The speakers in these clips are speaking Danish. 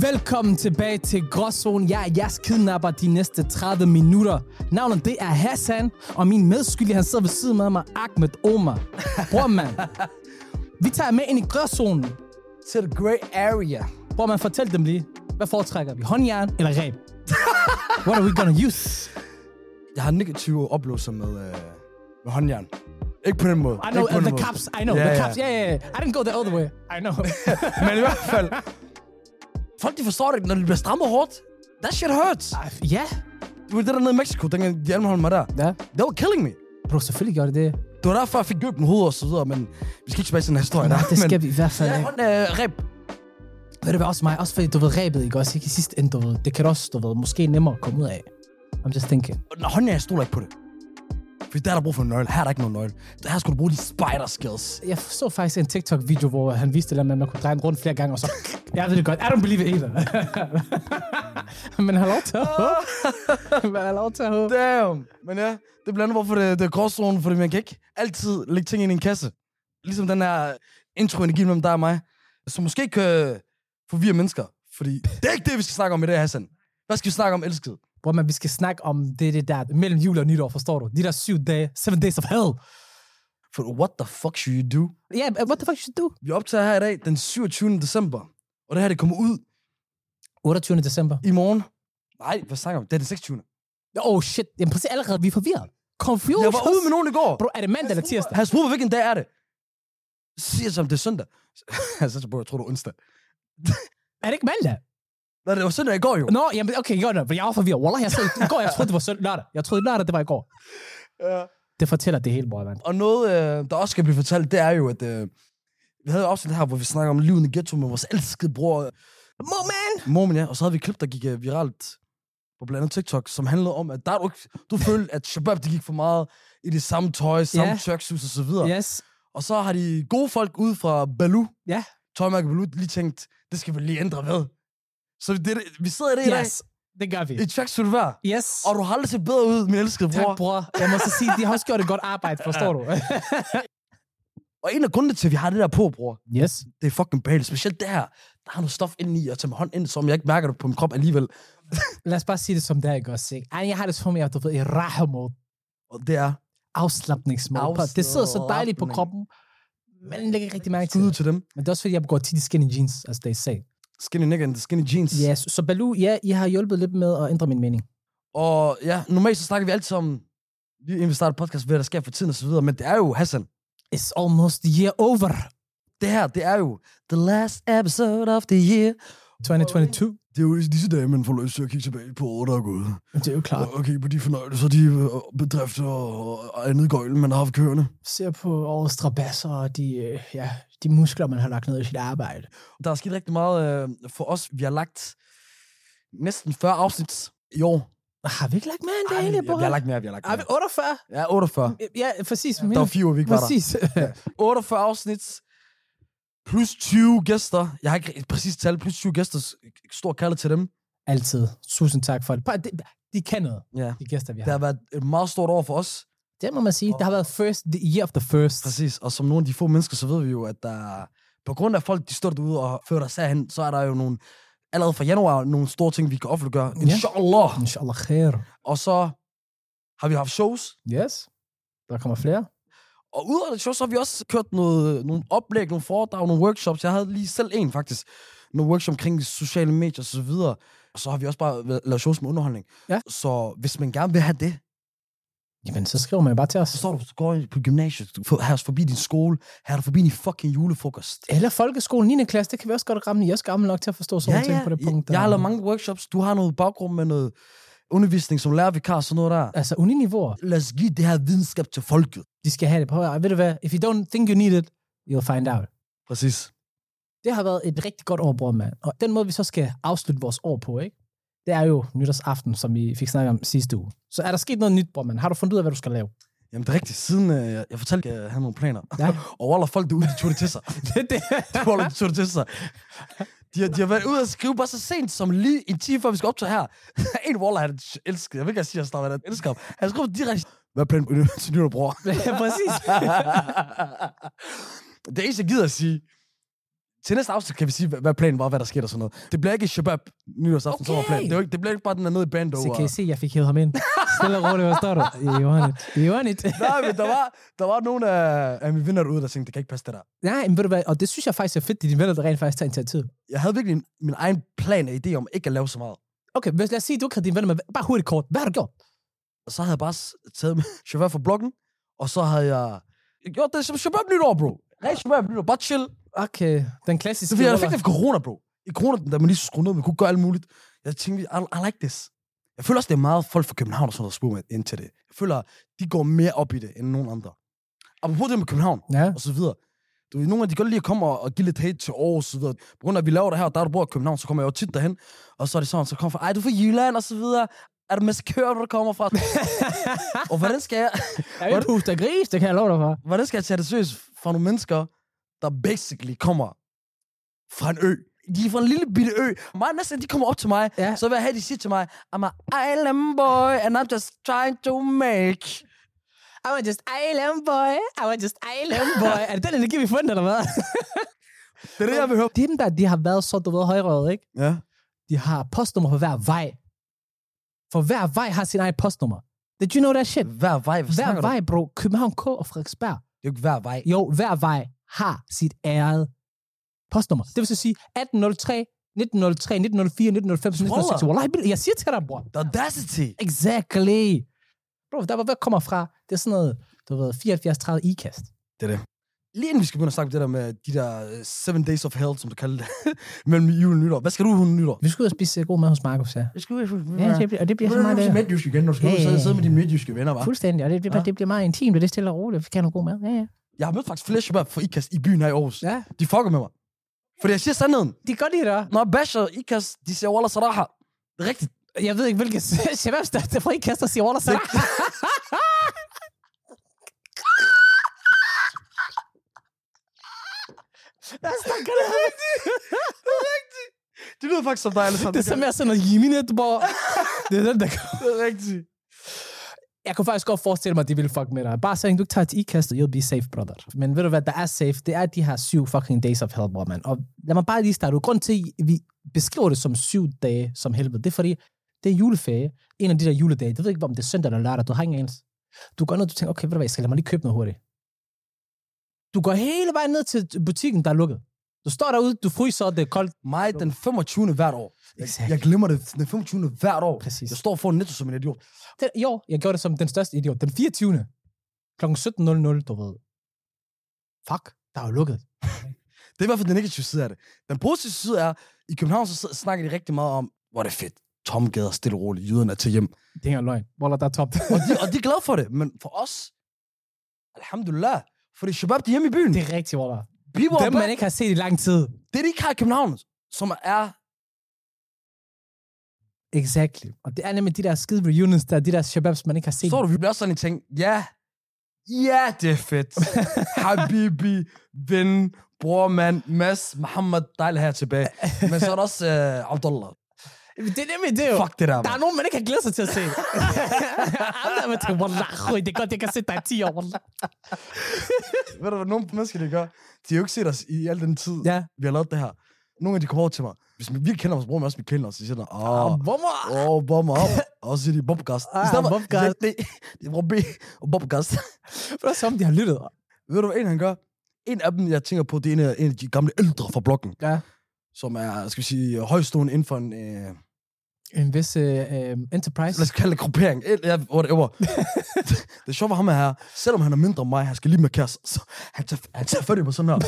Velkommen tilbage til Gråzonen. Jeg er jeres kidnapper de næste 30 minutter. Navnet det er Hassan, og min medskyldige, han sidder ved siden af mig, Ahmed Omar. Bror mand, vi tager jer med ind i Gråzonen. to the grey area. Bror mand, fortæl dem lige, hvad foretrækker vi? Håndjern eller reb? What are we gonna use? Jeg har negative oplevelser med, øh, med håndjern. Ikke på den måde. I know, ikke på uh, den the måde. cops, I know, Ja, the ja. cops. Yeah, yeah, yeah. I didn't go the other way. I know. Men i hvert fald, folk de forstår det ikke, når det bliver strammet hårdt. That shit hurts. ja. Det var det der nede i Mexico, dengang de anholdt mig der. Ja. They were killing me. Bro, selvfølgelig gør det det. Det var derfor, jeg fik gøbt med hovedet og så videre, men vi skal ikke tilbage til den her historie. Nej, der. det skal men, vi i hvert fald Ja, ikke. hånd, øh, reb. Ved du hvad, også mig, også fordi du ved rebet, ikke også, ikke i sidste ende, du ved, det kan også, du ved, måske nemmere at komme ud af. I'm just thinking. Og når håndjern, jeg stoler ikke på det. For der er der brug for en nøgle. Her er der ikke nogen nøgle. Her skulle du bruge de spider skills. Jeg så faktisk en TikTok-video, hvor han viste det der med, at man kunne dreje den rundt flere gange, og så, jeg ved det godt, I don't believe it either. Men har lov til at håbe. Men har lov til at håbe. Damn. Men ja, det er blandt andet, hvorfor det, det er gråzonen, fordi man kan ikke altid lægge ting ind i en kasse. Ligesom den her intro, jeg mellem dig og mig, som måske kan forvirre mennesker. Fordi det er ikke det, vi skal snakke om i dag, Hassan. Hvad skal vi snakke om, elskede? Hvor man, vi skal snakke om det, det der mellem jul og nytår, forstår du? De der syv dage, seven days of hell. For what the fuck should you do? Ja, yeah, what the fuck should you do? Vi optager her i dag den 27. december. Og det her, det kommer ud 28. december. i morgen. Nej, hvad snakker vi om? Det er den 26. Oh shit, jamen præcis allerede, vi er forvirret. Confused. Jeg var ude med nogen i går. Bro, er det mandag eller tirsdag? Hans Bruger, hvilken dag er det? Siger som det er søndag. Altså, bro, jeg tror, det er onsdag. Er det ikke mandag? Nej, det var søndag i går jo. Nå, jamen, okay, godt nok, for jeg var forvirret. Wallah, jeg, sad, i går, jeg troede, det var søndag, lørdag. Jeg troede, lørdag, det var i går. Ja. Det fortæller det hele, bror, mand. Og noget, øh, der også skal blive fortalt, det er jo, at øh, vi havde jo afsnit her, hvor vi snakker om livet i ghetto med vores elskede bror, øh, Moment! Mormen, ja. Og så havde vi et klip, der gik øh, viralt på blandt andet TikTok, som handlede om, at der, du, ikke- du følte, at Shabab, de gik for meget i det samme tøj, samme Ja. yeah. tracksuit og så videre. Yes. Og så har de gode folk ude fra Baloo, Ja. tøjmærke Baloo, lige tænkt, det skal vi lige ændre ved. Så det, det- vi sidder i det i Yes. Det gør vi. dag, i tracksuit hver, Yes. og du har aldrig set bedre ud, min elskede Tak, bror. bror. Jeg må så sige, de har også gjort et godt arbejde, forstår du? Og en af grundene til, at vi har det der på, bror, yes. det er fucking behageligt. Specielt det her. Der har noget stof indeni, og tager med hånd ind, som jeg ikke mærker det på min krop alligevel. Lad os bare sige det som det er, ikke også? Ikke? Ej, jeg har det som om, jeg er, du ved, i rahamode. Og det er Afslappningsmode. Det sidder så dejligt på Afslapning. kroppen. Men den lægger ikke rigtig mærke til skud ud det. til dem. Men det er også fordi, jeg går tit i skinny jeans, as they say. Skinny nigga and the skinny jeans. Yes. Så Baloo, ja, I har hjulpet lidt med at ændre min mening. Og ja, normalt så snakker vi altid om, lige inden vi starter podcast, hvad der sker for tiden og så videre. Men det er jo, Hassan, It's almost the year over. det her, det er jo the last episode of the year. 2022. Det er jo i disse dage, man får lyst til at kigge tilbage på året, der er gået. Det er jo klart. Og kigge på de fornøjelser, de øh, bedrifter og andet gøjl, man har haft kørende. ser på årets strabasser og de, øh, ja, de muskler, man har lagt ned i sit arbejde. Der er sket rigtig meget øh, for os. Vi har lagt næsten 40 afsnit i år. Har vi ikke lagt mere end det Ej, egentlig, vi, vi har lagt mere, vi har lagt Har vi mere. 48? Ja, 48. Ja, præcis. Der var fire uger, vi ikke var der. Præcis. 48 afsnit, plus 20 gæster. Jeg har ikke et præcist tal, plus 20 gæster. Stor kærlighed til dem. Altid. Tusind tak for det. Bare, De, de kan noget, Ja. de gæster, vi Det har. har været et meget stort år for os. Det må man sige. Det har været first, the year of the first. Præcis. Og som nogle af de få mennesker, så ved vi jo, at der, på grund af folk, de står derude og fører dig hen, så er der jo nogle, allerede fra januar, nogle store ting, vi kan offentliggøre. Ja. Inshallah. Inshallah khair. Og så har vi haft shows. Yes. Der kommer flere. Og udover det show, så har vi også kørt noget, nogle oplæg, nogle foredrag, nogle workshops. Jeg havde lige selv en faktisk. Nogle workshop omkring sociale medier og så videre. Og så har vi også bare været- lavet shows med underholdning. Ja. Så hvis man gerne vil have det, Jamen, så skriver man bare til os. så står du så går du på gymnasiet, du får- her er du forbi din skole, her er du forbi din fucking julefrokost. Eller folkeskolen 9. klasse, det kan vi også godt ramme. Jeg er gammel nok til at forstå sådan ja, ting på det punkt. Jeg, jeg har der- lavet mange workshops. Du har noget baggrund med noget undervisning som lærervikar og sådan noget der. Altså, uniniveauer. Lad os give det her videnskab til folket. De skal have det på. Og ved du hvad? If you don't think you need it, you'll find out. Præcis. Det har været et rigtig godt år, bror, mand. Og den måde, vi så skal afslutte vores år på, ikke? det er jo nytårsaften, som vi fik snakket om sidste uge. Så er der sket noget nyt, bror, mand? Har du fundet ud af, hvad du skal lave? Jamen det er rigtigt. Siden øh, jeg, jeg fortalte, at jeg havde nogle planer. Ja. og alle folk derude, de tog det til sig. det, det. Paul tog det til sig. De har, de har været ude og skrive bare så sent som lige en time før vi skal optage her. en Waller, han elsker. Jeg vil ikke engang sige, at han starter, han elsker ham. Han skriver direkte, hvad er planen på nytår- til nytår, bror? Præcis. det eneste, jeg gider at sige, til næste afsnit kan vi sige, hvad- hvad planen var, hvad der skete og sådan noget. Det bliver ikke Shabab nytårsaften, okay. som var Okay. planen. Det, var ikke, det bliver ikke bare den der nede i band Så over. kan I se, jeg fik hævet ham ind. Stille og roligt, hvad står du? Johanit. Johanit. Nej, men der var, der var nogle af, af mine venner derude, der tænkte, det kan ikke passe det der. Nej, men ved du hvad? Og det synes jeg faktisk er fedt, at dine venner der rent faktisk tager initiativ. Jeg havde virkelig en, min egen plan og idé om ikke at lave så meget. Okay, hvis lad os sige, at du ikke havde dine venner med. Bare hurtigt kort. Hvad har du gjort? Og så havde jeg bare s- taget min chauffør fra bloggen, og så havde jeg gjort det som Shabab nytår, bro. Nej, Shabab nytår, bare chill. Okay, den klassiske... Så fordi jeg fik det for corona, bro. I corona, der man lige skulle skrue ned, man kunne gøre alt muligt. Jeg tænkte, I, I like this. Jeg føler også, det er meget folk fra København og sådan noget, der spørger mig ind til det. Jeg føler, de går mere op i det end nogen andre. Apropos det med København Ja. og så videre. Du ved, nogle af de godt lige at komme og, og give lidt hate til Aarhus og så videre. På grund af, at vi laver det her, og der du bor i København, så kommer jeg jo tit derhen. Og så er det sådan, så kommer fra, ej, du er fra Jylland og så videre. Er du maskør, hvor du kommer fra? og hvordan skal jeg, Jeg er jo ikke puste af gris, det kan jeg love dig for. hvordan skal jeg tage det seriøst fra nogle mennesker, der basically kommer fra en ø? De er fra en lille bitte ø. Mig og næsten, de kommer op til mig, Ja. ja. så vil jeg have, de siger til mig, I'm an island boy, and I'm just trying to make. I was just island boy. I was just island boy. er det den energi, vi forventer, eller hvad? Det er det, jeg vil høre. Dem der, de har været så, du ved, højrøret, ikke? Ja. De har postnummer på hver vej. For hver vej har sin egen postnummer. Did you know that shit? Hver vej, hvad Hver snakker du? vej, bro. København K og Frederiksberg. Det er jo ikke hver vej. Jo, hver vej har sit æret postnummer. Det vil så sige 1803, 1903, 1904, 1905, 1906. Wallahi, jeg siger til dig, bror. The audacity. Exactly. Bro, der hvor jeg kommer fra, det er sådan noget, du ved, 74-30 ikast. Det er det. Lige inden vi skal begynde at snakke om det der med de der øh, seven days of hell, som du kalder det, mellem jul og nytår. Hvad skal du hun nytår? Vi skulle ud og spise øh, god mad hos Markus, ja. Jeg skal ud og Ja, det bliver, og det bliver så meget... øh, midtjysk igen, når du skal Ja, ud og sidde- ja, ja. sidde med dine midtjyske venner, hva'? Fuldstændig, og det, det, Ja. det bliver meget intimt, og det er stille og roligt. Vi kan have noget god mad. Ja, ja. Jeg har mødt faktisk flere shabab fra IKAS i byen her i Aarhus. ja. De fucker med mig. Fordi jeg siger sandheden. De kan godt lide dig. Når jeg basher IKAS, de siger Wallah Saraha. Det er rigtigt. Jeg ved ikke, hvilke shababs, der er frikast, der siger Wallace. Hvad snakker du om? Det lyder faktisk som dig, Alessandro. Det er som jeg sender Jimin hvor Det er den, der kommer. Det er rigtigt. Jeg kunne faktisk godt forestille mig, at de ville fuck med dig. Bare så længe du ikke tager et ikast, og you'll be safe, brother. Men ved du hvad, der er safe, det er de her syv fucking days of hell, bror, mand. Og lad mig bare lige starte ud. Grunden til, at vi beskriver det som syv dage som helvede, det er fordi, det er juleferie. En af de der juledage. Du ved ikke, om det er søndag eller lørdag. Du har ingen anelse. Du går ned, og du tænker, okay, ved du hvad, jeg skal lade mig lige købe noget hurtigt. Du går hele vejen ned til butikken, der er lukket. Du står derude, du fryser, og det er koldt. Mig den 25. hvert år. Jeg, Exakt. jeg glemmer det den 25. hvert år. Præcis. Jeg står foran netto som en idiot. Den, jo, jeg gjorde det som den største idiot. Den 24. kl. 17.00, du ved. Fuck, der er jo lukket. Det er i hvert fald den negative side af det. Den positive side er, i København så sidder- snakker de rigtig meget om, hvor er det fedt. Tomme gader, stille og roligt, jyderne er til hjem. Det er ikke engang løgn. Wallah, der er tomt. Og de, og de er glade for det, men for os, alhamdulillah, fordi Shabab, de er hjemme i det byen. Det, er rigtigt, Wallah. People Dem, are man back. ikke har set i lang tid. det, de ikke har i København, som er... Exactly. Og det er nemlig de der skide reunions, der er de der shababs, man ikke har set. Så du, vi bliver også sådan en ting, ja, ja, det er fedt. Habibi, ven, bror, mand, Mads, Mohammed, dejligt her tilbage. Men så er der også uh, Abdullah. Det er nemlig det jo. Fuck det der, Der man. er nogen, man ikke har glædet sig til at se. Andre man tænker, wallah, Rui, det er godt, jeg kan se dig i 10 år, wallah. Ved du, hvad nogle mennesker, de gør? De har jo ikke set os i al den tid, Ja. vi har lavet det her. Nogle af de kommer over til mig. Hvis vi virkelig kender os, bruger man også, vi kender os. Så siger de, Ah, åh, Hvorfor? åh, bom op. Og så siger de, bobgast. Ah, bobgast. Det, det er B og bobgast. Det er som, de har lyttet. Ved du, hvad en han gør? En af dem, jeg tænker på, det er en af, en af de gamle ældre fra blokken, Ja. som er, skal vi sige, højstående inden for en, øh, En vis øh, øh, enterprise. lad os kalde det gruppering, eller ja, whatever. det, det sjove ved ham er her, selvom han er mindre end mig, han skal lige med kæreste, så han tager, han tager fat i mig sådan her.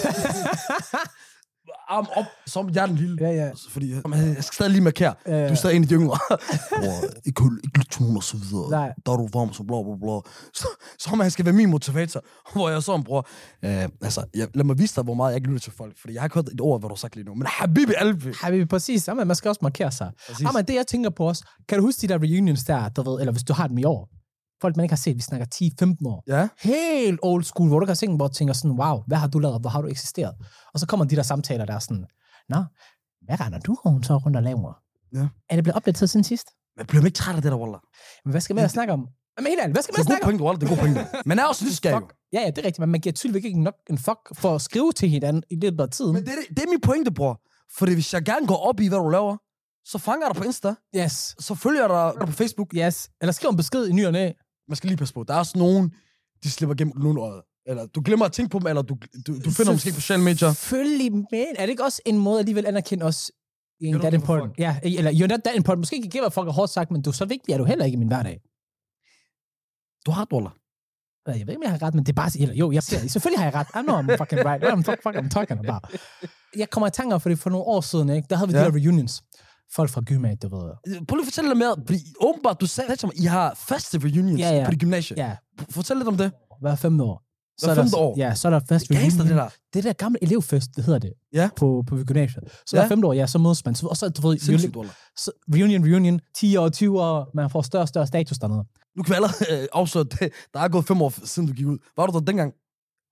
Arm op, som jeg er den lille. Ja, ja. Altså, Fordi øh, jeg skal stadig lige markere. Ja, ja. Du er stadig en af de yngre. Bror, ikke, høl- ikke lyt til nogen og så videre. Nej. Der er du varm, så bla bla bla. Så, så man, han skal være min motivator. Hvor jeg så, bror, øh, altså, jeg, lad mig vise dig, hvor meget jeg ikke lytter til folk. Fordi jeg har ikke hørt et ord, hvad du har sagt lige nu. Men Habibi Albi. Habibi, præcis. Jamen, man skal også markere sig. Præcis. Jamen, det jeg tænker på også, kan du huske de der reunions der, du ved, eller hvis du har dem i år? Folk, man ikke har set, vi snakker 10-15 år. Ja. Helt old school, hvor du kan se hvor du tænker sådan, wow, hvad har du lavet, hvor har du eksisteret? Og så kommer de der samtaler, der er sådan, nå, hvad render du rundt så rundt og laver? Ja. Er det blevet opdateret siden sidst? Men bliver man ikke træt af det der, Wallah? Men hvad skal man ellers snakke om? Jamen helt ærligt, hvad skal Det man er gode snakke om? pointe, Wallah. Det er gode pointe. Men er også nysgerrig. Fuck. jo. Ja, ja, det er rigtigt, men man giver tydeligvis ikke nok en fuck for at skrive til hinanden i løbet af tiden. Men det, er det, det er min pointe, bror. Fordi hvis jeg gerne går op i, hvad du laver, så fanger jeg dig på Insta, Yes, så følger jeg dig- dig på Facebook. yes. Eller skriv en besked i ny og næ. Man skal lige passe på. Der er også nogen, de slipper gennem lundøjet. Eller du glemmer at tænke på dem, eller du, du, du finder dem måske på sociale medier. Selvfølgelig, men er det ikke også en måde at alligevel anerkende os? don't You're give that a important. fuck. Ja, eller you're not that important. Måske ikke give a fuck er hårdt sagt, men du, så vigtig er du heller ikke i min hverdag. Du har ret, Waller. Eller, Jeg ved ikke, om jeg har ret, men det er bare... Eller, jo, jeg siger, selvfølgelig har jeg ret. I know I'm fucking right. What the fuck, fuck I'm talking about? Jeg kommer i tanke om, fordi for nogle år siden, ikke, der havde vi Ja. de her reunions. Folk fra gymnasiet, du ved. Øh, Prøv lige at fortælle lidt mere. Fordi åbenbart, du sagde lidt som, I har faste reunions Ja, ja. på det gymnasie. Ja, Fortæl lidt om det. hver femte år. Så Hver er der- femte år? Ja, så er der fast Gangster, det der. det der gamle elevfest, det hedder det, Ja. på, på gymnasiet. Så Ja. ja. der femte år, ja, så mødes man. Så- Og så, du ved, jo, Sindssygt, Waller. så, reunion, reunion, 10 år, 20 år, man får større og større status dernede. Nu kan vi allerede øh, afsløre, at det- der er gået fem år siden, du gik ud. Var du der dengang?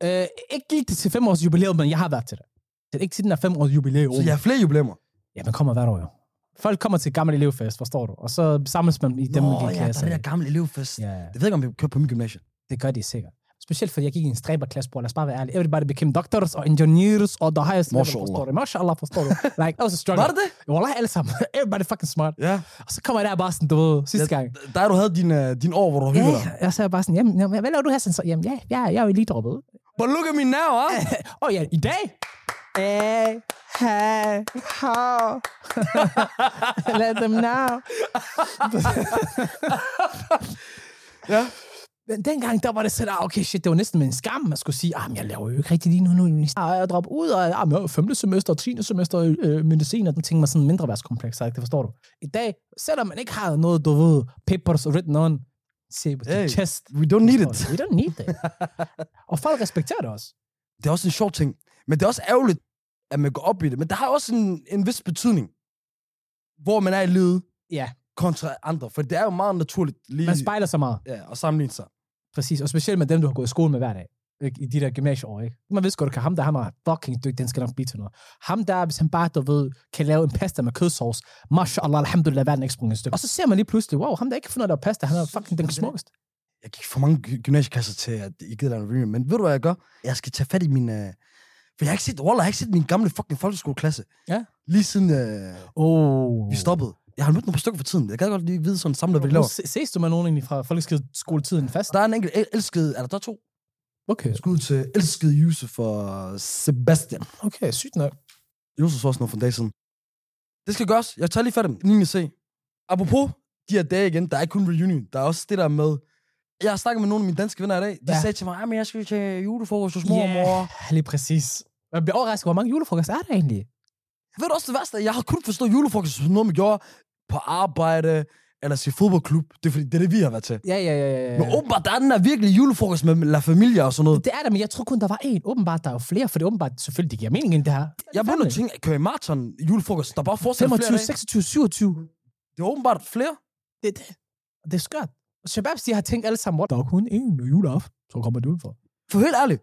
Øh, ikke lige til fem års jubilæum, men jeg har været til det. Det er ikke til den her fem års jubilæum. Så jeg har flere jubilæumer. Ja, man kommer hvert år jo. Folk kommer til gammel elevfest, forstår du? Og så samles man i dem, Nå, Nå, ja, der er det der gamle elevfest. ja, ja, Jeg ved ikke, om vi kører på min gymnasie. det gør de sikkert. Specielt fordi jeg gik i en stræberklasse, bror. Lad os bare være ærlige. Everybody became doctors og engineers og the highest level, Mashallah. forstår du? Mashallah, forstår du? Like, I was a struggle. Var det det? Wallah, alle sammen. Everybody fucking smart. Ja. Og så kommer jeg der bare sådan, du ved, sidste gang. Der du havde din, øh, din år, hvor du Ja, hyggede dig. ja, og så er jeg bare sådan, jamen, jamen, hvad laver du her? Sådan, så, jamen, ja, jeg, jeg er jo lige droppet. ud." But look at me now, huh? Åh oh, ja, i dag. Hey, hey, how? Let them know. ja. Men dengang, der var det sådan, ah, okay, shit, det var næsten med en skam, man skulle sige, ah, men jeg laver jo ikke rigtig lige nu, nu nu- ah, jeg dropper ud, og ah, men jeg er jo femte semester og tiende semester øh, medicin, og den ting var sådan mindre værtskompleks, ikke? det forstår du. I dag, selvom man ikke har noget, du ved, papers written on, se på Hey, hey, chest. We don't need it. forstår du? We don't need it. og folk respekterer det også. Det er også en sjov ting. Men det er også ærgerligt, at man går op i det. Men det har også en, en vis betydning, hvor man er i livet Ja. kontra andre. For det er jo meget naturligt lige Man spejler sig meget. ja, at sammenligne sig. Præcis, og specielt med dem, du har gået i skole med hver dag. ikke? I de der gymnasieår, ikke? Man ved sgu, at ham der, han er fucking dygtig, den skal nok blive til noget. Ham der, hvis han bare, du ved, kan lave en pasta med kødsovs, mashallah, alhamdulillah, verden er ikke sprunget et stykke. Og så ser man lige pludselig, wow, ham der ikke kan finde ud af at lave pasta, han er fucking den smukkeste. Jeg gik for mange gy- gymnasieklasser til, at I gider lave en reunion. Men ved du, hvad jeg gør? Jeg skal tage fat i min... Øh... For jeg har ikke set, Wallah, jeg har ikke set min gamle fucking folkeskoleklasse. Ja. Lige siden øh, Oh. vi stoppede. Jeg har mødt nogle par stykker for tiden. Jeg gad godt lige vide sådan samlet, hvad de Nu laver. se- Ses du med nogen egentlig fra folkeskoletiden fast? Der er en enkelt el- elsket... Er der, der er to? Okay, Skud til elskede Yusuf og Sebastian. okay, sygt nok. Josef så også noget for en dag siden. Det skal gøres. Jeg tager lige fat i dem. 9. C. Apropos de her dage igen, der er ikke kun reunion. Der er også det der med... Jeg har snakket med nogle af mine danske venner i dag. De ja. Ja. sagde til mig, at jeg skal til julefrokost hos mor og mor. Yeah, lige præcis. Jeg bliver overrasket, hvor mange julefrokoster er der egentlig? Ved du også det værste? Jeg har kun forstået julefrokost som noget, man gjorde på arbejde eller til fodboldklub. Det er fordi, det er det, vi har været til. Ja, ja, ja, ja. ja. Men åbenbart, der er den der virkelig julefrokost med La Familia og sådan noget. Det er der, men jeg tror kun, der var én. Åbenbart, der er jo flere, for det er åbenbart, selvfølgelig, det giver mening end det her. Jeg er begyndt at tænke, kører I maraton julefrokost? Der er bare fortsat flere 25, dage. 26, 27. Det er åbenbart flere. Det er det. Og Det er skørt. Og Shababs, de har tænkt alle sammen, "Hvor der er kun én juleaften, så kommer det udenfor. For helt ærligt,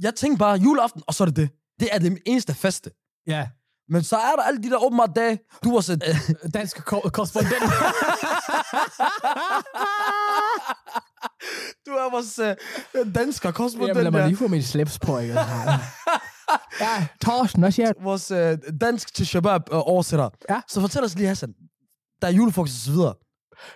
jeg tænker bare, juleaften, og så er det det. Det er det eneste faste. Ja. Men så er der alle de der åbenbart dage. Du var sådan, øh, Dansk ko- korrespondent. du er vores øh, dansker korrespondent. Jamen, lad mig ja. lige få min slips på, ikke? ja, Torsten også, ja. Vores øh, dansk til Shabab øh, oversætter. Ja. Så fortæl os lige, Hassan. Der er julefrokost og så videre.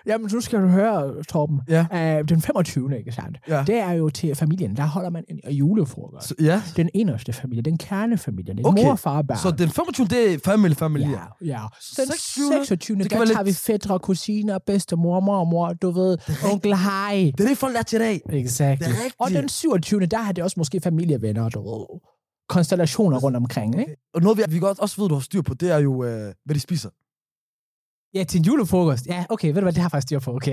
Jamen, nu skal du høre, Torben. Ja. Uh, den 25. ikke sandt? Ja. Det er jo til familien. Der holder man en julefrokost. Så, ja. Den inderste familie, den kernefamilie, den Okay. okay. mor, far, børn. Så den 25. det er family, family. Ja, ja. Den 26. 26. Det Det kan der være tager vi lidt- fædre, kusiner, bedstemor, mormor, du ved, onkel hej. Det er det, folk lærer til i dag. Exakt. Det er rigtigt. Og den 27. der har det også måske familievenner, du ved. Konstellationer rundt omkring, ikke? Og noget, vi, vi godt også ved, du har styr på, det er jo, øh, hvad de spiser. Ja, til en julefrokost. Ja, okay, ved du hvad, det har jeg faktisk styr på, okay.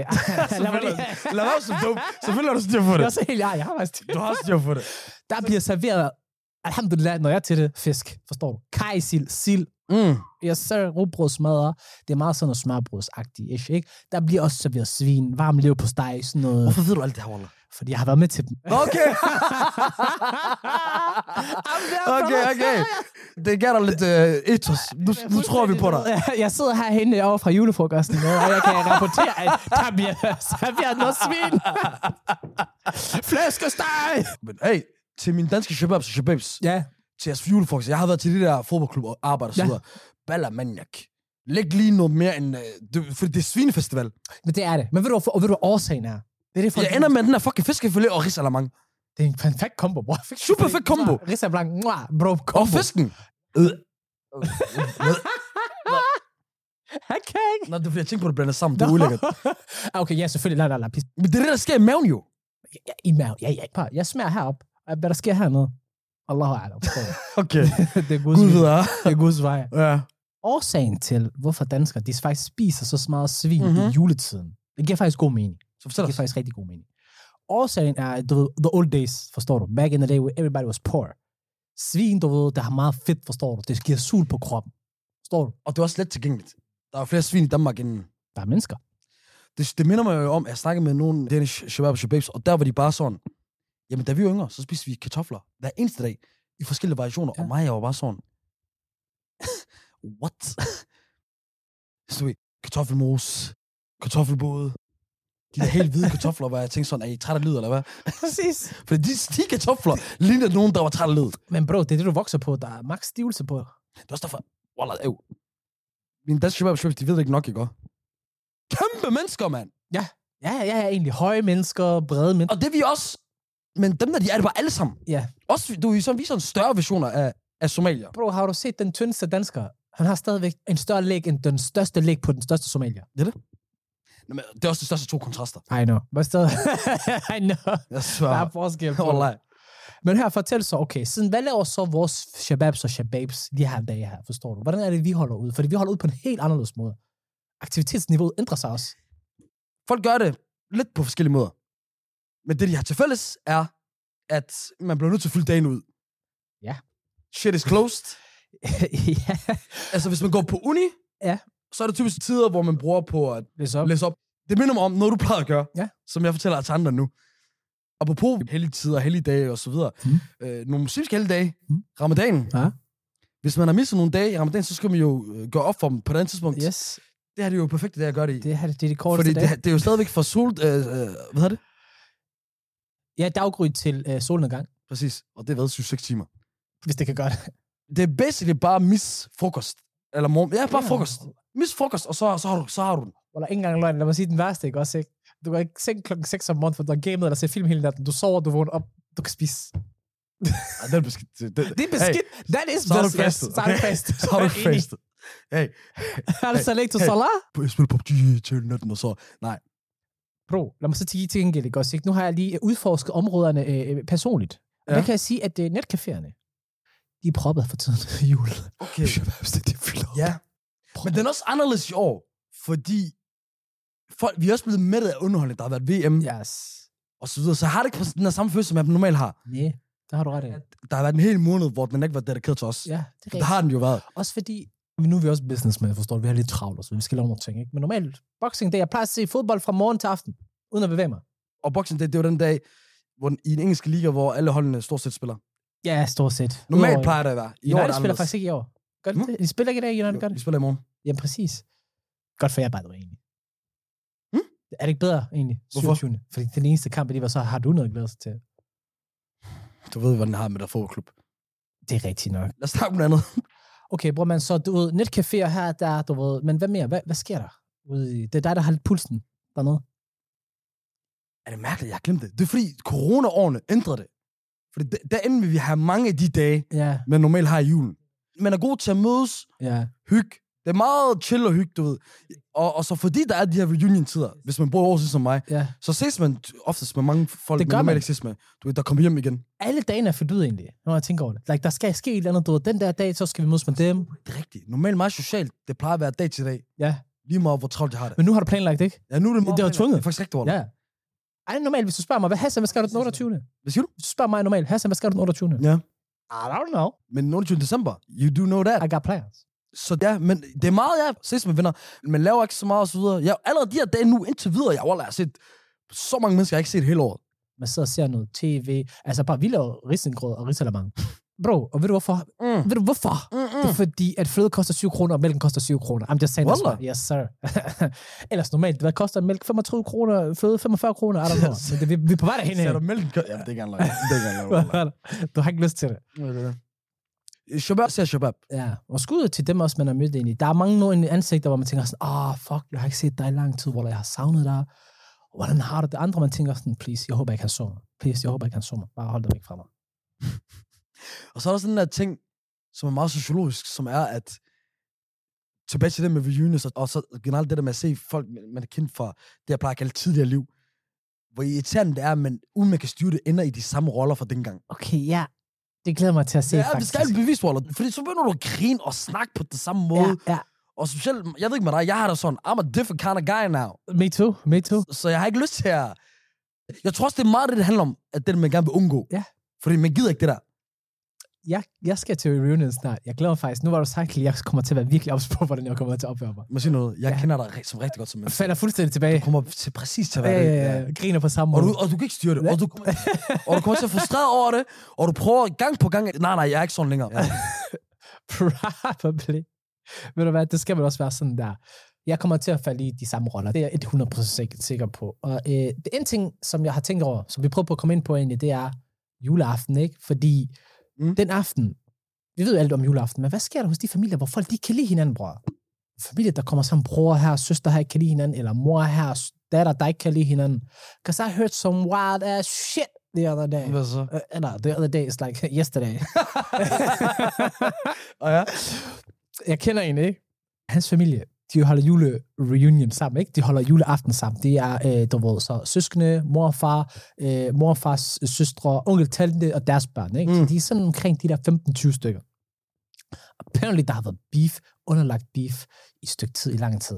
Lad mig lige... Lad være som dum. Selvfølgelig har du styr på Det er det. også helt, ja, jeg har faktisk styr. Du har styr på det. Der bliver serveret, alhamdulillah, når jeg er til det, fisk, forstår du? Kajsild, sild, Mm. jeg ser rugbrødsmadder. Det er meget sådan noget smørbrødsagtigt, ish, ikke? Der bliver også serveret svin, varm lever på steg, sådan noget. Hvorfor ved du alt det her, Waller? Fordi jeg har været med til dem. Okay, okay, okay. Det gav dig lidt uh, etos. Nu, nu tror vi på dig. Jeg sidder herhenne over fra julefrokosten, nu, og jeg kan rapportere, at der bliver serveret noget svin. Flæskesteg! Men hey, til mine danske shababs og shababs, Ja, til jeres julefolk, jeg har været til de der fodboldklub og arbejder og så Ja. videre. Baller maniak. Læg lige noget mere end... Uh, det, for det er svinefestival. men det er det. Men ved du, hvorfor- og ved du hvad årsagen er? Det er det, folk Jeg ender med den der fucking fiskefilet og risalamang. Det er en perfekt combo, bro. Super fed combo. Rissa Blanc, mwah, bro, Og combo. fisken. Jeg kan ikke. Nå, det er fordi, jeg tænker på, at det blander sammen. Det er ulækkert. Ah, Okay, ja, selvfølgelig. Nej, nej, nej. Pis. Men det er det, der sker i maven jo. Ja, I maven. Ja, ja, ikke bare. Jeg smager herop. Og Hvad der sker hernede? Allahu alam. Okay. det er Guds Gud vilje. ved jeg. Det er Guds vej. Ja. Årsagen til, hvorfor danskere de faktisk spiser så meget svin mm-hmm. i Mhm. juletiden, det giver faktisk god mening. Så Det fortæl giver os. faktisk rigtig god mening. Årsagen er, du ved, the old days, forstår du? Back in the day, where everybody was poor. Svin, du ved, der har meget fedt, forstår du? Det giver sul på kroppen. Forstår du? Og det er også let tilgængeligt. Der er flere svin i Danmark end... Der er mennesker. Det, det minder mig jo om, at jeg snakkede med nogle Danish shabab og shababs, og der var de bare sådan, jamen da vi var yngre, så spiste vi kartofler hver eneste dag i forskellige variationer, ja. og mig jeg var bare sådan, what? så du ved, kartoffelmos, kartoffelbåde, de der helt hvide kartofler, hvor jeg tænkte sådan, er I træt af lyd, eller hvad? Præcis. For de, de kartofler ligner nogen, der var træt af lyd. Men bro, det er det, du vokser på. Der er max stivelse på. Det er også derfor, wallah, øv. Mine danske shabab og shababs, de ved det ikke nok, ikke? også? Kæmpe mennesker, mand! Ja, ja, ja, egentlig. Høje mennesker, brede mennesker. Og det er vi også. Men dem der, de er det bare alle sammen. Ja. Også, du, vi sådan, vi er sådan større versioner af, af somalier. Bro, har du set den tyndeste dansker? Han har stadigvæk en større læg end den største læg på den største somalier. Nå, men det er også de største to kontraster. I know. Hvad stadig? I know. Jeg Der svær. er forskel på. Wallah. Men her, fortæl så, okay, siden hvad laver så vores shababs og shababs de her dage her, forstår du? Hvordan er det, vi holder ud? Fordi vi holder ud på en helt anderledes måde. Aktivitetsniveauet ændrer sig også. Folk gør det lidt på forskellige måder. Men det, de har til fælles, er, at man bliver nødt til at fylde dagen ud. Ja. Shit is closed. ja, altså, hvis man går på uni, Ja. så er det typisk tider, hvor man bruger på at det er så. læse op. Det minder mig om noget, du plejede at gøre, Ja. som jeg fortæller til andre nu. Apropos hellige tider, hellige dage og så videre. Mm. Øh, nogle muslimske hellige dage, Mm. ramadanen. Ja. Hvis man har misset nogle dage i ramadanen, så skal man jo øh, gøre op for dem på et andet tidspunkt. Yes, Det her det er jo perfekt, det jeg gør det i. det her det er det korteste Fordi dag. det, det, er jo stadigvæk fra sol... Øh, øh, hvad hedder det? Ja, daggry til øh, solnedgang, Præcis. Og det har været 7-6 timer. hvis det kan gøre det. Det er basically bare mis frokost. Eller morgen. Ja, bare Ja. frokost. Mis frokost, og så, så, har, du, så har du den. Eller ikke engang løgn, lad mig sige den værste, ikke også, ikke? Du går ikke i seng klokken 6 om morgenen, for du har gamet eller set film hele natten. Du sover, du vågner op, du kan spise. Ej, den er beskidt. Det, det, Det er beskidt. Hey, that is så har du best- yes, fastet, Så har du okay? fastet. Så har du Enig. fastet. Hey, Altså, læg til Hey. Salah. jeg spiller PUBG til natten, og så... Nej, Bro, lad mig så til til gengæld, ikke også? Ikke? Nu har jeg lige øh, udforsket områderne øh, øh, personligt. Og Ja. der kan jeg sige, at øh, netcaféerne, de er proppet for tiden i jul. okay. Shababs, det er fyldt op. Ja. Men den er også anderledes i år, fordi folk, vi er også blevet mættet af underholdning. Der har været VM ja. Yes. og så videre, så har det ikke den der samme følelse, som jeg normalt har. Nej, det har du ret i. Der har været en hel måned, hvor den ikke var dedikeret til os. Ja. Ja, det er Det har rigtigt. den jo været. Også fordi, men nu er vi også businessmen, forstår du? Vi har lidt travlt, og så vi skal lave nogle ting, ikke? Men normalt, boxing day, jeg plejer at se fodbold fra morgen til aften, uden at bevæge mig. Og Boxing Day, det var den dag, hvor den, i den engelske liga, hvor alle holdene stort set spiller. Ja, stort set. Normalt Udover- plejer det at være. I år er United det spiller anderledes. faktisk ikke i år. Gør de Hmm? det? De spiller ikke i dag, United gør Jo, det? Vi spiller i morgen. Ja, præcis. Godt for jer, by the way, egentlig. Hmm? Er det ikke bedre, egentlig? Hvorfor? 27. Fordi den eneste kamp, det var så, har du noget at glæde sig til. Du ved, hvad den har med der fodboldklub. Det er rigtigt nok. Lad os snakke om noget andet. Okay, bror, man, så du ved, netcaféer her, der, du ved, men hvad mere? Hvad, hvad sker der? Ude i, det er dig, der har lidt pulsen dernede. Er det mærkeligt, jeg har glemt det? Det er fordi, corona-årene ændrede det. Fordi der, der endte vi have mange af de dage, Ja, man normalt har i julen. Man er god til at mødes, ja. hyg. Det er meget chill og hygge, du ved. Og, og så fordi der er de her reunion-tider, hvis man bor i Aarhus ligesom mig, ja. så ses man t- oftest med mange folk, Det man gør normalt man. ikke ses med. Du ved, der kommer hjem igen. Alle dagene er fyldt ud, egentlig, når jeg tænker over det. Like, der skal ske et eller andet, du ved, den der dag, så skal vi mødes med dem. Det er rigtigt. Normalt meget socialt. Det plejer at være dag til dag. Ja. Lige meget, hvor travlt jeg har det. Men nu har du planlagt, ikke? Ja, nu er det meget Det var planlagt. tvunget. Det er faktisk rigtigt, Waller. Ja. Ej, normalt, hvis du spørger mig, hvad, Hassan, hvad skal du den 28. Hvad siger du? Hvis du spørger mig normalt, Hassan, hvad skal du den 28. Ja. I don't know. Men 29. december, you do know that. I got plans. Så ja, men det er meget, jeg ses med venner. Men laver ikke så meget og så videre. Jeg, allerede de her dage nu indtil videre, jeg, Waller, jeg har set så mange mennesker, jeg har ikke set hele året. Man sidder og ser noget tv. Altså bare, vi laver risengrød og risalamang. Bro, og ved du hvorfor? Mm. Ved du hvorfor? Det er Mm-mm. fordi, at fløde koster 7 kroner, og mælken koster 7 kroner. I'm just saying that's Wallah. why. Yes, sir. Ellers normalt, hvad koster mælk? 35 kroner, fløde 45 kroner, I don't know. Yes. Men det, vi, vi er på vej derhen. Sætter mælken kø- Jamen, det er ikke engang løgn. Det er ikke engang løgn. du har ikke lyst til det. Shabab siger Shabab. Ja, og skud til dem også, man har mødt egentlig. Der er mange nogen ansigter, hvor man tænker sådan, ah, oh, fuck, jeg har ikke set dig i lang tid, hvor jeg har savnet dig. Hvordan har du det? Andre, man tænker sådan, please, jeg håber ikke, han så mig. Please, jeg håber ikke, han så mig. Bare hold dig væk fra mig. Og så er der sådan en der ting, som er meget sociologisk, som er, at tilbage til det med reunions, og- og så generelt det der med at se folk, man- man er kendt fra det, jeg plejer at kalde tidligere liv, hvor irriterende det er, men uden man kan styre det, ender i de samme roller fra dengang. Okay, ja. Det glæder mig til at se, Det er, ja, det faktisk. skal jo bevise roller, fordi så begynder du at grine og snakke på den samme måde. ja, Ja. ja. Og specielt, jeg ved ikke med dig, jeg har det sådan, I'm a different kind of guy now. Me too, me too. Så jeg har ikke lyst til at... Jeg tror også, det er meget det, det handler om, at det, man gerne vil undgå. Ja. Fordi man gider ikke det der. Jeg, jeg skal til reunion snart. Jeg glæder mig faktisk. Nu var du sagt, at jeg kommer til at være virkelig ops på, hvordan jeg kommer til at opføre mig. Må jeg sige noget? Jeg Ja. ja. kender dig ri- som rigtig godt som menneske. Falder fuldstændig tilbage. kommer til præcis til at Ja, være det. ja, ja. Griner på samme Og måde. du, og du kan ikke styre det. Og du, og du kommer til at frustrere over det. Og du prøver gang på gang. at- Nej, nej, jeg er ikke sådan længere. Ja. Probably. Ved du hvad, det skal vel også være sådan der. Jeg kommer til at falde i de samme roller. Det er jeg 100% sik- sikker på. Og øh, det en ting, som jeg har tænkt over, som vi prøver på at komme ind på egentlig, det er juleaften, ikke? Fordi mm. Mm. den aften, vi ved jo alt om juleaften, men hvad sker der hos de familier, hvor folk de ikke kan lide hinanden, bror? Familier, der kommer sammen, bror her, søster her, ikke kan lide hinanden, eller mor her, s- datter, der ikke kan lide hinanden. Cause I heard some wild ass shit the other day. Hvad så? Uh, eller the other day is like yesterday. Og ja. jeg kender en, ikke? Hans familie, de holder julereunion sammen, ikke? De holder juleaften sammen. Det er, øh, du ved, så søskende, mor og far, øh, mor og fars søstre, onkel, tante og deres børn, ikke? Mm. Så Mm. de er sådan omkring de der 15-20 stykker. Apparently, der har været beef, underlagt beef, i et stykke tid, i lang tid.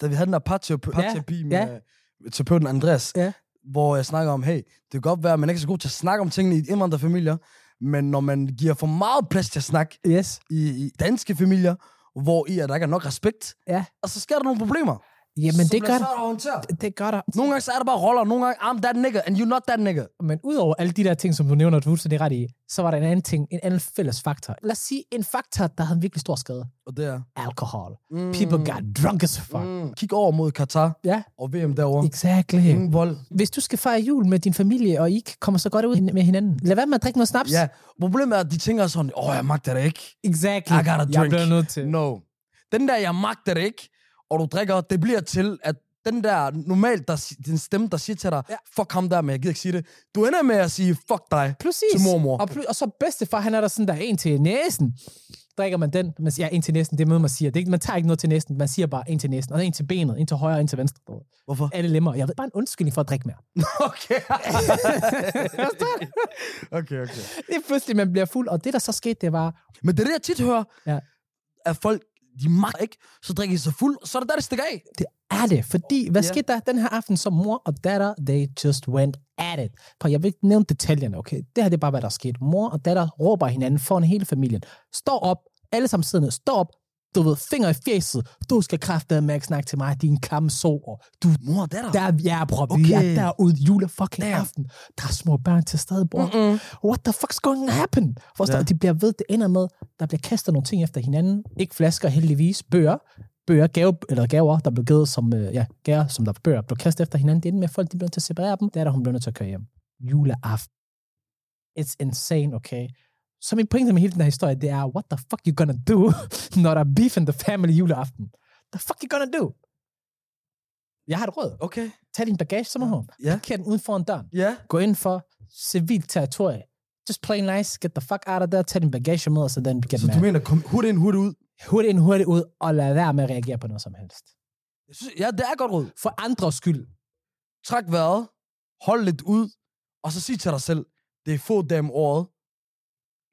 Da vi havde den der parterapi Ja, parterapi ja. med øh, terapeuten Andreas, Ja. hvor jeg snakker om, hey, det kan godt være, at man ikke er så god til at snakke om tingene i indvandrerfamilier, men når man giver for meget plads til at snakke Yes. i, i danske familier, hvor i, at der ikke er nok respekt, Ja. og så sker der nogle problemer. Jamen, så det gør bliver svært at håndtere. det. Det gør der. Nogle gange så er der bare roller, nogle gange, I'm that nigga, and you're not that nigga. Men udover alle de der ting, som du nævner, du er fuldstændig ret i, så var der en anden ting, en anden fælles faktor. Lad os sige, en faktor, der havde en virkelig stor skade. Og det er... Alkohol. People got drunk as fuck. Mm. Kig over mod Katar Ja. og VM derovre. Exactly. Ingen vold. Hvis du skal fejre jul med din familie, og I ikke kommer så godt ud med hinanden, lad være med at drikke noget snaps. Ja, problemet er, at de tænker sådan, åh, oh, jeg magter det ikke. exactly. I gotta Jeg drink. bliver nødt til. No. Den der, jeg magter det ikke, og du drikker, det bliver til, at den der normalt, der, si- din stemme, der siger til dig, Ja. ja. fuck ham der, men jeg gider ikke sige det. Du ender med at sige, fuck dig. Præcis. Til mormor. Og, pl- og så bedstefar, han er der sådan der, en til næsen. Drikker man den, man siger, ja, en til næsen, det er noget, man siger. Det er, ikke- man tager ikke noget til næsen, man siger bare en til næsen, og en til benet, en til højre, en til venstre. Hvorfor? Alle lemmer. Jeg ved bare en undskyldning for at drikke mere. Okay. okay, okay. Det er pludselig, man bliver fuld, og det der så skete, det var, Men det er det, jeg tit hører, Ja. at folk, de magter ikke, så drikker de sig fuld, og så er det der, det stikker af. er det? Fordi, hvad Ja. skete der den her aften, som mor og datter, they just went at it. Prøv, jeg vil ikke nævne detaljerne, okay? Det her, det er bare, hvad der skete. Mor og datter råber hinanden foran hele familien. Står op, alle sammen siddende, står op, du ved, finger i fjeset. Du skal kræfte med at snakke til mig, din klamme so, og du Mor og datter. der er, ja, bror, vi Okay. er derude julefucking Damn. aften. Der er små børn til stede, bror. Mm-mm. What the fuck's going to happen? Forstår, Ja. ja. de bliver ved, det ender med, der bliver kastet nogle ting efter hinanden. Ikke flasker, heldigvis. Bøger. Bøger, gave, eller gaver, der blev givet som, øh, ja, gaver, som der var bøger, blev kastet efter hinanden. Det ender med, at folk de bliver nødt til at separere dem. Der er der, hun bliver nødt til at køre hjem. Juleaften. It's insane, okay? Så min pointe med hele den her historie, det er, what the fuck you gonna do, når der er beef in the family juleaften? The fuck you gonna do? Jeg har et råd. Okay. Tag din bagage som home. Ja. Parker den uden foran døren Ja. gå ind for civilt territorie. Just play nice, get the fuck out of there, tag din bagage med, og så den get Så du mad. mener, kom hurtigt ind, hurtigt ud? Hurtigt ind, hurtigt ud, og lad være med at reagere på noget som helst. Jeg synes, ja, det er godt råd. For andres skyld. Træk vejret, hold lidt ud, og så sig til dig selv, det er få dage om året.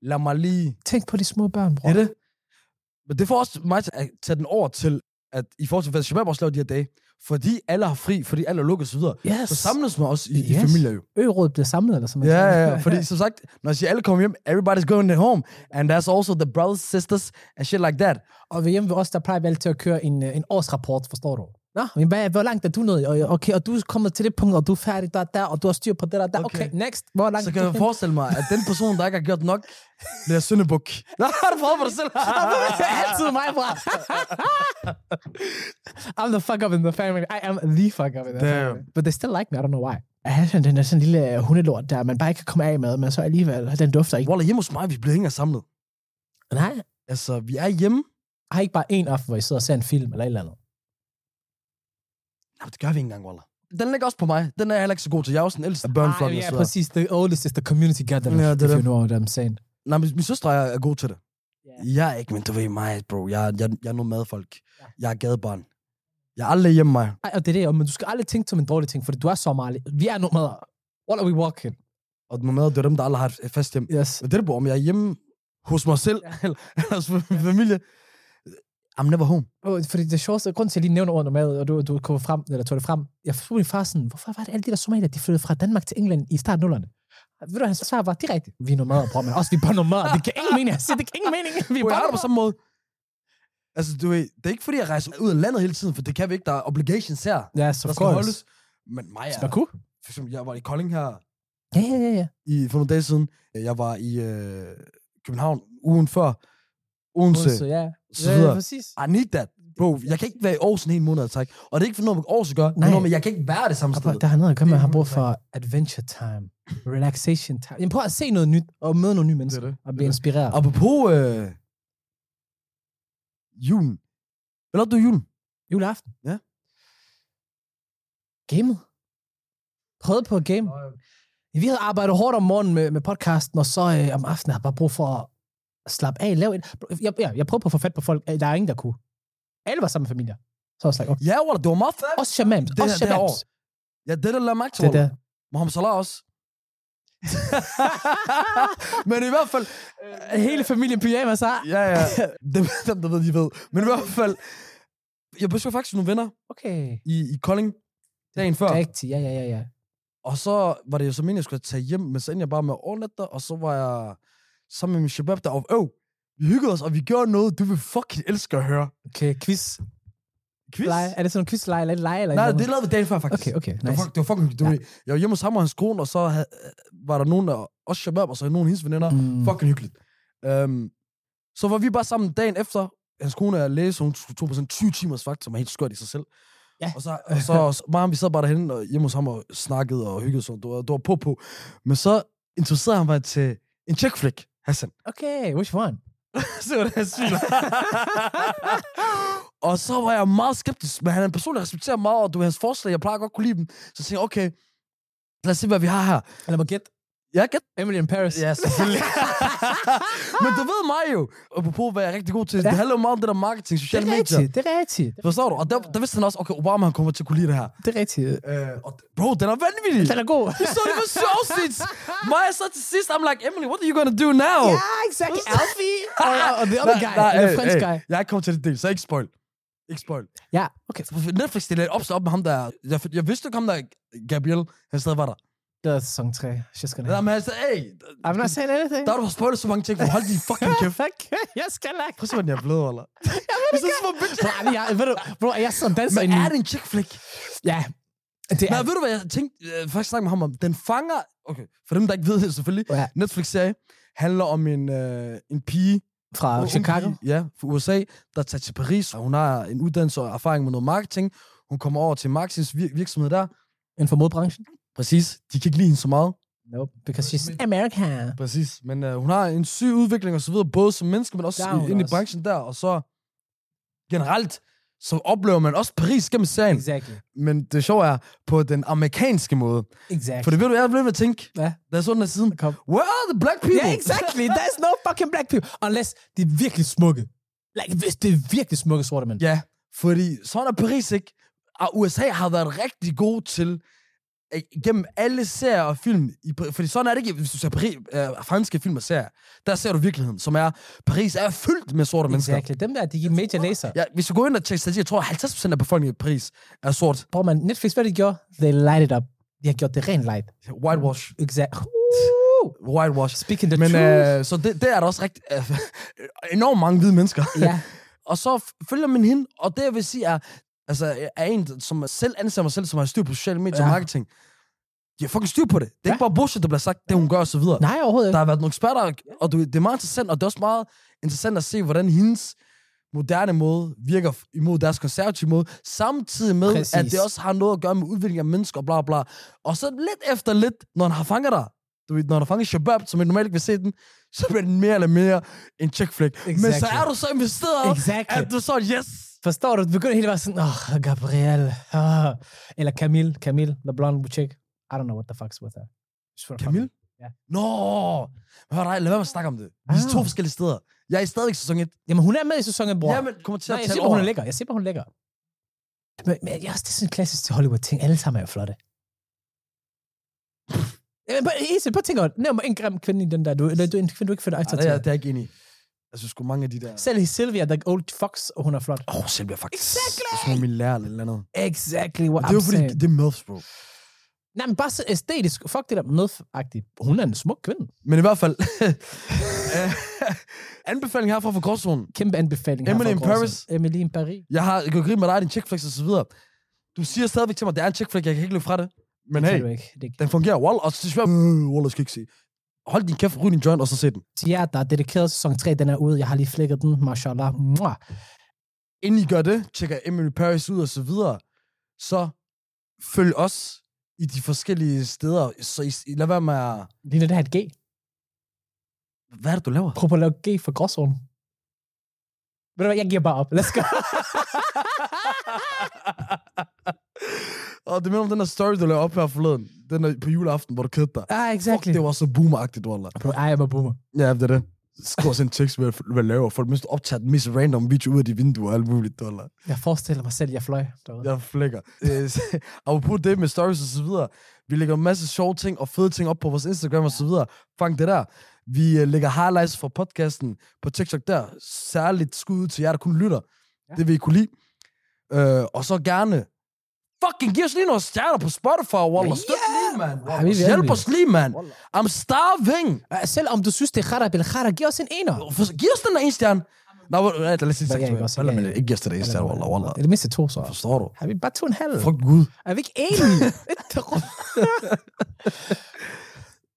Lad mig lige... Tænk på de små børn, bror. Det er det. Men det får også mig til at tage den over til, at i forhold til, hvad Shabab også laver de her dage, fordi alle har fri, fordi alle er lukket osv., Yes. så samles man også i, yes. i Yes. familier jo. Ørådet bliver samlet, eller som man Ja, siger. ja, ja, fordi som sagt, når jeg siger, alle kommer hjem, everybody's going home, and that's also the brothers, sisters, and shit like that. Og ved hjemme ved os, der plejer vi altid at køre en, øh, en årsrapport, forstår du? Nå, men hvad, hvor langt er du nået? Og- Okay, og du er kommet til det punkt, og du er færdig der, der, og du har styr på det der, der. Okay, Okay. next. Hvor langt Så er kan du jeg henne? forestille mig, at den person, der ikke har gjort nok, bliver søndebuk. Nej, har du prøvet på dig selv? Altid mig, bro. I'm the fuck up in the family. I am the fuck up in the Damn. family. But they still like me, I don't know why. Han er den der sådan lille øh, hundelort der, man bare ikke kan komme af med, men så alligevel, den dufter ikke. Walla, hjemme hos mig, vi bliver ikke engang samlet. Nej, Altså, vi er hjemme. har I ikke bare en aften, hvor I sidder og ser en film eller et eller andet? Nej, det gør vi ikke engang, Walla. Den ligger også på mig. Den er jeg heller ikke så god til. Jeg er også den ældste af børneflokken. Ej, ja, så- præcis. The oldest is the community gathering, Ja, yeah, det er if you det. know what I'm saying. Nej, min, min søster er, er god til det. Ja. Yeah. Jeg er ikke, men du ved mig, bro. Jeg, jeg, jeg er noget madfolk. Ja. Jeg er gadebarn. Jeg er aldrig hjemme mig. Ej, og det er det, og men du skal aldrig tænke som en dårlig ting, fordi du er somali. Vi er nomader. What are we walking? Og med mad, det er dem, der aldrig har et fast hjem. Yes. Men det er det, om jeg er hjemme hos mig selv, Ja. eller hos min familie. I'm never home. Og Fordi det sjoveste, grund til, at jeg lige nævner ordet nomad, og du, du kom frem, eller tog det frem, jeg forstod min far sådan, hvorfor var det alle de der somalier, de flyttede fra Danmark til England i starten af nullerne? Ved du, hvad hans svar var direkte, vi er nomader, bror, men også vi er bare nomader. Det giver ingen mening, jeg siger, det giver ingen mening. Vi er Bro, jeg bare har det nomader. på samme måde. Altså, du ved, det er ikke fordi, jeg rejser ud af landet hele tiden, for det kan vi ikke. Der er obligations her, Yes, of der skal course. holdes. Men mig Ja. er... Cool. For eksempel, jeg var i Kolding her Ja, ja, ja, ja. i, for nogle dage siden. Jeg var i øh, København ugen før. Odense. Odense, Odense. ja. Så Ja, ja, videre. præcis. I need that. Bro, jeg kan ikke være i Aarhus en hel måned at trække. Og det er ikke for noget, med Aarhus at gøre. Nej. Nej. Noget, men jeg kan ikke være det samme Og sted. prøv, der har noget at gøre med, at Det han er har brug for adventure time, relaxation time. Jamen, prøv at se noget nyt, og møde nogle nye mennesker, det. og blive inspireret. Apropos øh, julen. Hvad lavede du i julen? Juleaften? Ja. Gamet. Prøvede på at game. Vi havde arbejdet hårdt om morgenen med, med podcasten, og så øh, om aftenen havde jeg bare brug for at slappe af. Lave et, jeg, jeg, jeg prøvede på at få fat på folk. Øh, Der er ingen, der kunne. Alle var sammen med familier. Så var jeg sådan, okay. Ja, Walla, det var meget fedt. Også shamams. Det Også her- det her shamams. Ja, det der lavede mærke til, Det Walla. der. Mohamed Salah også. Men i hvert fald... øh, Øh, Hele familien pyjamas, så. Ja, ja. Dem, dem, der ved, de ved. Men i hvert fald... Jeg besøgte faktisk nogle venner Okay. i, i Kolding dagen før. Rigtigt, ja, ja, ja, ja. Og så var det jo så meningen, jeg skulle tage hjem, men så endte jeg bare med overnatter, og så var jeg sammen med min shabab der, og øv, vi hyggede os, og vi gjorde noget, du vil fucking elske at høre. Okay, quiz. Quiz? Lege. Er det sådan en quizleje eller et leje? Eller et Nej, eller det andet? lavede vi dagen før, faktisk. Okay, okay, Det var, nice. fuck- det var fucking, du Ja. ved, jeg var hjemme hos ham og hans kone, og så havde, var der nogen af os shabab, og så nogle af hendes veninder. Mm. Mm. Fucking hyggeligt. Um, så var vi bare sammen dagen efter. Hans kone er læge, så hun tog på sådan 20 timers vagt, som er helt skørt i sig selv. Ja. Og så, og så og så- mig og vi sad bare derhen og hjemme hos ham og snakkede og hyggede, så det var, det var på på. Men så introducerede han mig til en chick flick, Hassan. Okay, which one? så var det hans svin. og så var jeg meget skeptisk, men han er en person, jeg respekterer meget, og du ved, hans forslag, jeg plejer godt kunne lide dem. Så tænkte jeg, okay, lad os se, hvad vi har her. Eller må gætte. Jeg kan Emily in Paris. Ja, selvfølgelig. Men du ved mig jo, apropos hvad jeg er rigtig god til, Ja. det handler jo meget om det der marketing, Det sociale er medier. rigtigt, det er rigtigt. Forstår du? Og der, der vidste han også, okay, Obama han kommer til at kunne lide det her. Det er rigtigt. Øh, og d- bro, den er vanvittig. Den er god. Vi så det på Sausage. Maja så til sidst, I'm like, Emily, what are you gonna do now? Ja, exactly. Alfie og, og, og the other Nej, guy, nej, the øh, French øh, guy. Jeg er ikke kommet til det del, så ikke spoil. Ikke spoil. Ja, okay. Netflix stillede et opslag op med ham der, jeg, jeg vidste ikke ham der, Gabriel, han stadig var der. Det er sæson 3. She's gonna Men han sagde, hey, I'm altså- not saying anything. der har du spoilet så mange ting, hold din fucking kæft. Fuck, jeg skal ikke. Prøv at se, hvordan jeg er blevet, eller? Jeg ved det ikke. Nej, men jeg, ved du, bro, jeg sidder og danser Men ind i... er det altså, en chick flick? Ja, det Nej, er... ved du hvad, jeg tænkte øh, faktisk snakke med ham om? Den fanger... Okay, for dem, der ikke ved det selvfølgelig. Ja. Netflix-serie handler om en, øh, en pige... Fra en ung Chicago. Pige, ja, fra USA, der tager til Paris. Og hun har en uddannelse og erfaring med noget marketing. Hun kommer over til marketingsvirksomhed der. Inden for modbranchen. Præcis. De kan ikke lide hende så meget. Nope, because she's American. Præcis. Men øh, hun har en syg udvikling og så videre, både som menneske, men Der også er hun i- ind i også. branchen der. Og så generelt, så oplever man også Paris gennem serien. Exactly. Men det sjove er, på den amerikanske måde. For Exactly. det ved du, jeg blev ved at tænke, Ja. da jeg så den her siden, Kom. where are the black people? Ja, yeah, exactly. There's no fucking black people. Unless de er virkelig smukke. Like, hvis det er virkelig smukke sorte mænd. Ja, fordi sådan er Paris ikke. Og USA har været rigtig god til, øh, gennem alle serier og film, i, Par- fordi sådan er det ikke, hvis du ser Paris, øh, franske film og serier, der ser du virkeligheden, som er, Paris er fyldt med sorte mennesker. Exactly. Dem der, de er major laser. Ja, hvis du går ind og tjekker statistik, jeg tror, 50% af befolkningen i Paris er sort. Bror man, Netflix, hvad de gjorde? They light it up. De har gjort det rent light. Whitewash. Exact. Whitewash. Speaking the Men truth. øh, så det, det er der også rigtig, øh, enormt mange hvide mennesker. Ja. Og så f- følger man hende, og det jeg vil sige er, Altså, jeg er en, som selv anser mig selv, som har styr på sociale medier ja. Ja. og marketing. De har fucking styr på det. Det er ja. ikke bare bullshit, der bliver sagt, det hun gør og så videre. Nej, overhovedet Der ikke. har været nogle eksperter, og du, det er meget interessant, og det er også meget interessant at se, hvordan hendes moderne måde virker f- imod deres konservative måde, samtidig med, Præcis. Præcis. at det også har noget at gøre med udvikling af mennesker, bla bla. Og så lidt efter lidt, når han har fanget dig, du ved, når han har fanget Shabab, som jeg normalt ikke vil se den, så bliver den mere eller mere en chick flick. Exactly. Men så Exactly. er du så investeret, Exactly. at du så, yes, Forstår du? Du begynder hele vejen sådan, åh, oh, Gabriel. Oh. Eller Camille, Camille, the blonde chick. I don't know what the fuck's with her. Jeg swear to Camille? Ja. Nå, hør dig, lad være med at snakke om det. Vi er Ah. to forskellige steder. Jeg er i stadigvæk sæson 1. fucking- Jamen, hun er med i sæsonen, bror. Jamen, kommer til Nej, at jeg tale siger bare, hun er lækker. Jeg siger bare, hun er lækker. Men, men jeg, det er sådan en klassisk til Hollywood-ting. Alle sammen er jo flotte. Jamen, bare, Ise, bare tænk over det. Nævn mig en grim kvinde i den der. Du, eller du, en kvinde, du ikke finder Ej, aktor det, til. er, det er jeg ikke enig i. Jeg synes sgu mange af de der... Selv i Sylvia, the old fox, og hun er flot. Åh, oh, selv bliver faktisk... Exactly! Som en milliard eller et eller andet. Exactly what Men det I'm er jo fordi, saying. det er MILFs, bro. Nej, men bare så æstetisk. Fuck det der mødagtigt. Hun er en smuk kvinde. Men i hvert fald... øh, anbefaling herfra fra Gråzonen. Kæmpe anbefaling. her Emily fra in Gråzonen. Paris. Emily in Paris. Jeg har jeg kan grine med dig, din chick flex og så videre. Du siger stadigvæk til mig, det er en chick flex, jeg kan ikke løbe fra det. Men Det hey, kan du ikke. Det, den fungerer. Wall, og så synes jeg, øh, Wall, jeg skal ikke se. Hold din kæft, ryd din joint, og så se den. til jer, der er dedikeret sæson 3, den er ude. Jeg har lige flækket den. Mashallah. Mwah. inden I gør det, tjekker Emily Paris ud og så videre, så følg os i de forskellige steder. Så I, I- lad være med at... Ligner det her et G? Hvad er det, du laver? Prøv på at lave G for gråzonen. Ved du hvad, jeg giver bare op. Let's go. og det minder om den der story, du lavede op her forleden. Den der på juleaften, hvor du kædte dig. ah, Fuck, det var så boomeragtigt, Walla. Bro, ej, jeg var boomer. Ja, det er det. Skriv os en tekst, hvad hvad jeg laver. For det mindste optager den mest random video ud af de vinduer og alt muligt, Walla. Jeg forestiller mig selv, jeg fløj derude. Jeg flækker. Øh, Apropos det med stories og så videre. Vi lægger en masse sjove ting og fede ting op på vores Instagram og så videre. Fang det der. Vi øh, lægger highlights fra podcasten på TikTok der. Særligt skud ud til jer, der kun lytter. Ja. Ja. Det vil I kunne lide. Øh, og så gerne... Fucking giv os lige nogle stjerner på Spotify, Waller. Støt lige, Ja, mand. vi vil Hjælp gerne. os lige, mand. Wallah. I'm starving. Øh, Selv om du synes, det er kharab eller kharab, giv os en ener. For- Giv os den der en stjerne. Nej, hvor- nej, lad os lige Hvad, jeg ikke også? Ja, ja. sige Ikke giv os den der en stjerne, Waller. Waller. Det er det mindste to, så. Forstår du? Har vi bare to og en halv? Fuck Gud. Er vi ikke enige?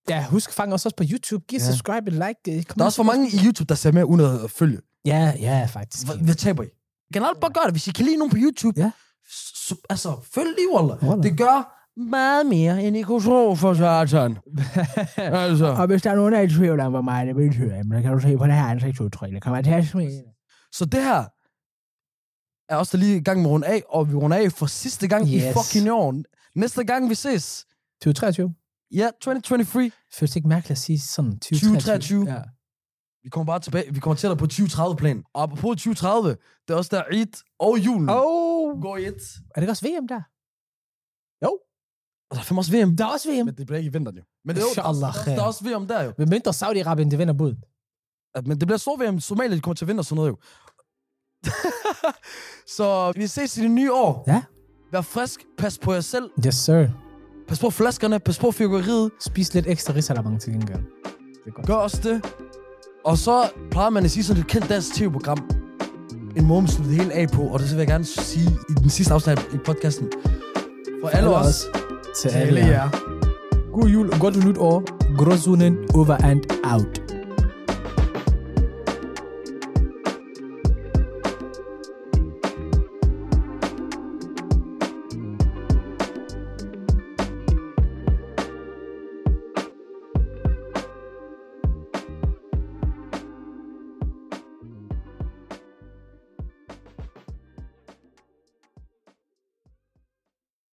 ja, husk, fang os også på YouTube. Giv Ja. subscribe, et like. øh, Der er Kom også for mange i YouTube, der ser med uden at følge. Ja, ja, faktisk. Hvad- Hvad taber I? Generelt bare gør det. Hvis I kan lide nogen på YouTube, Ja. s- s- altså, følg lige, Wallah. Wallah. Det gør meget mere, end I kunne tro for satan. altså. Og hvis der er nogen, der er i tvivl om, hvor meget det betyder, jamen, så kan du se på det her ansigtsudtryk. Det kommer til at smide. Så det her er også lige i gang med rundt af, og vi runder af for sidste gang yes. i Yes. fucking år. Næste gang vi ses, 2023. ja, 2023. Føles det ikke mærkeligt at sige sådan 2023? Ja. Vi kommer bare tilbage. Vi kommer til dig på 2030-plan. Og apropos 2030, det er også der Eid og julen. Oh. Går i et. Er det ikke også VM der? Og der er fandme også VM. Der er også VM. Men det bliver ikke i vinteren jo. Men det er jo, der, Inshallah, der, der er også VM der jo. Men mindre Saudi-Arabien, det vinder bud. At- Men det bliver stor VM. Somalia de kommer til at vinde og sådan noget jo. så vi ses i det nye år. Ja. Vær frisk. Pas på jer selv. Yes, sir. Pas på flaskerne. Pas på fyrkeriet. Spis lidt ekstra risalamang til gengæld. Det er godt. Gør også det. Og så plejer man at sige sådan et kendt dansk tv-program. En måde, man slutter det hele af på. Og det vil jeg gerne sige i den sidste afsnit i podcasten. For alle os. Til alle jer. God jul, godt nytår. Gråzonen over and out.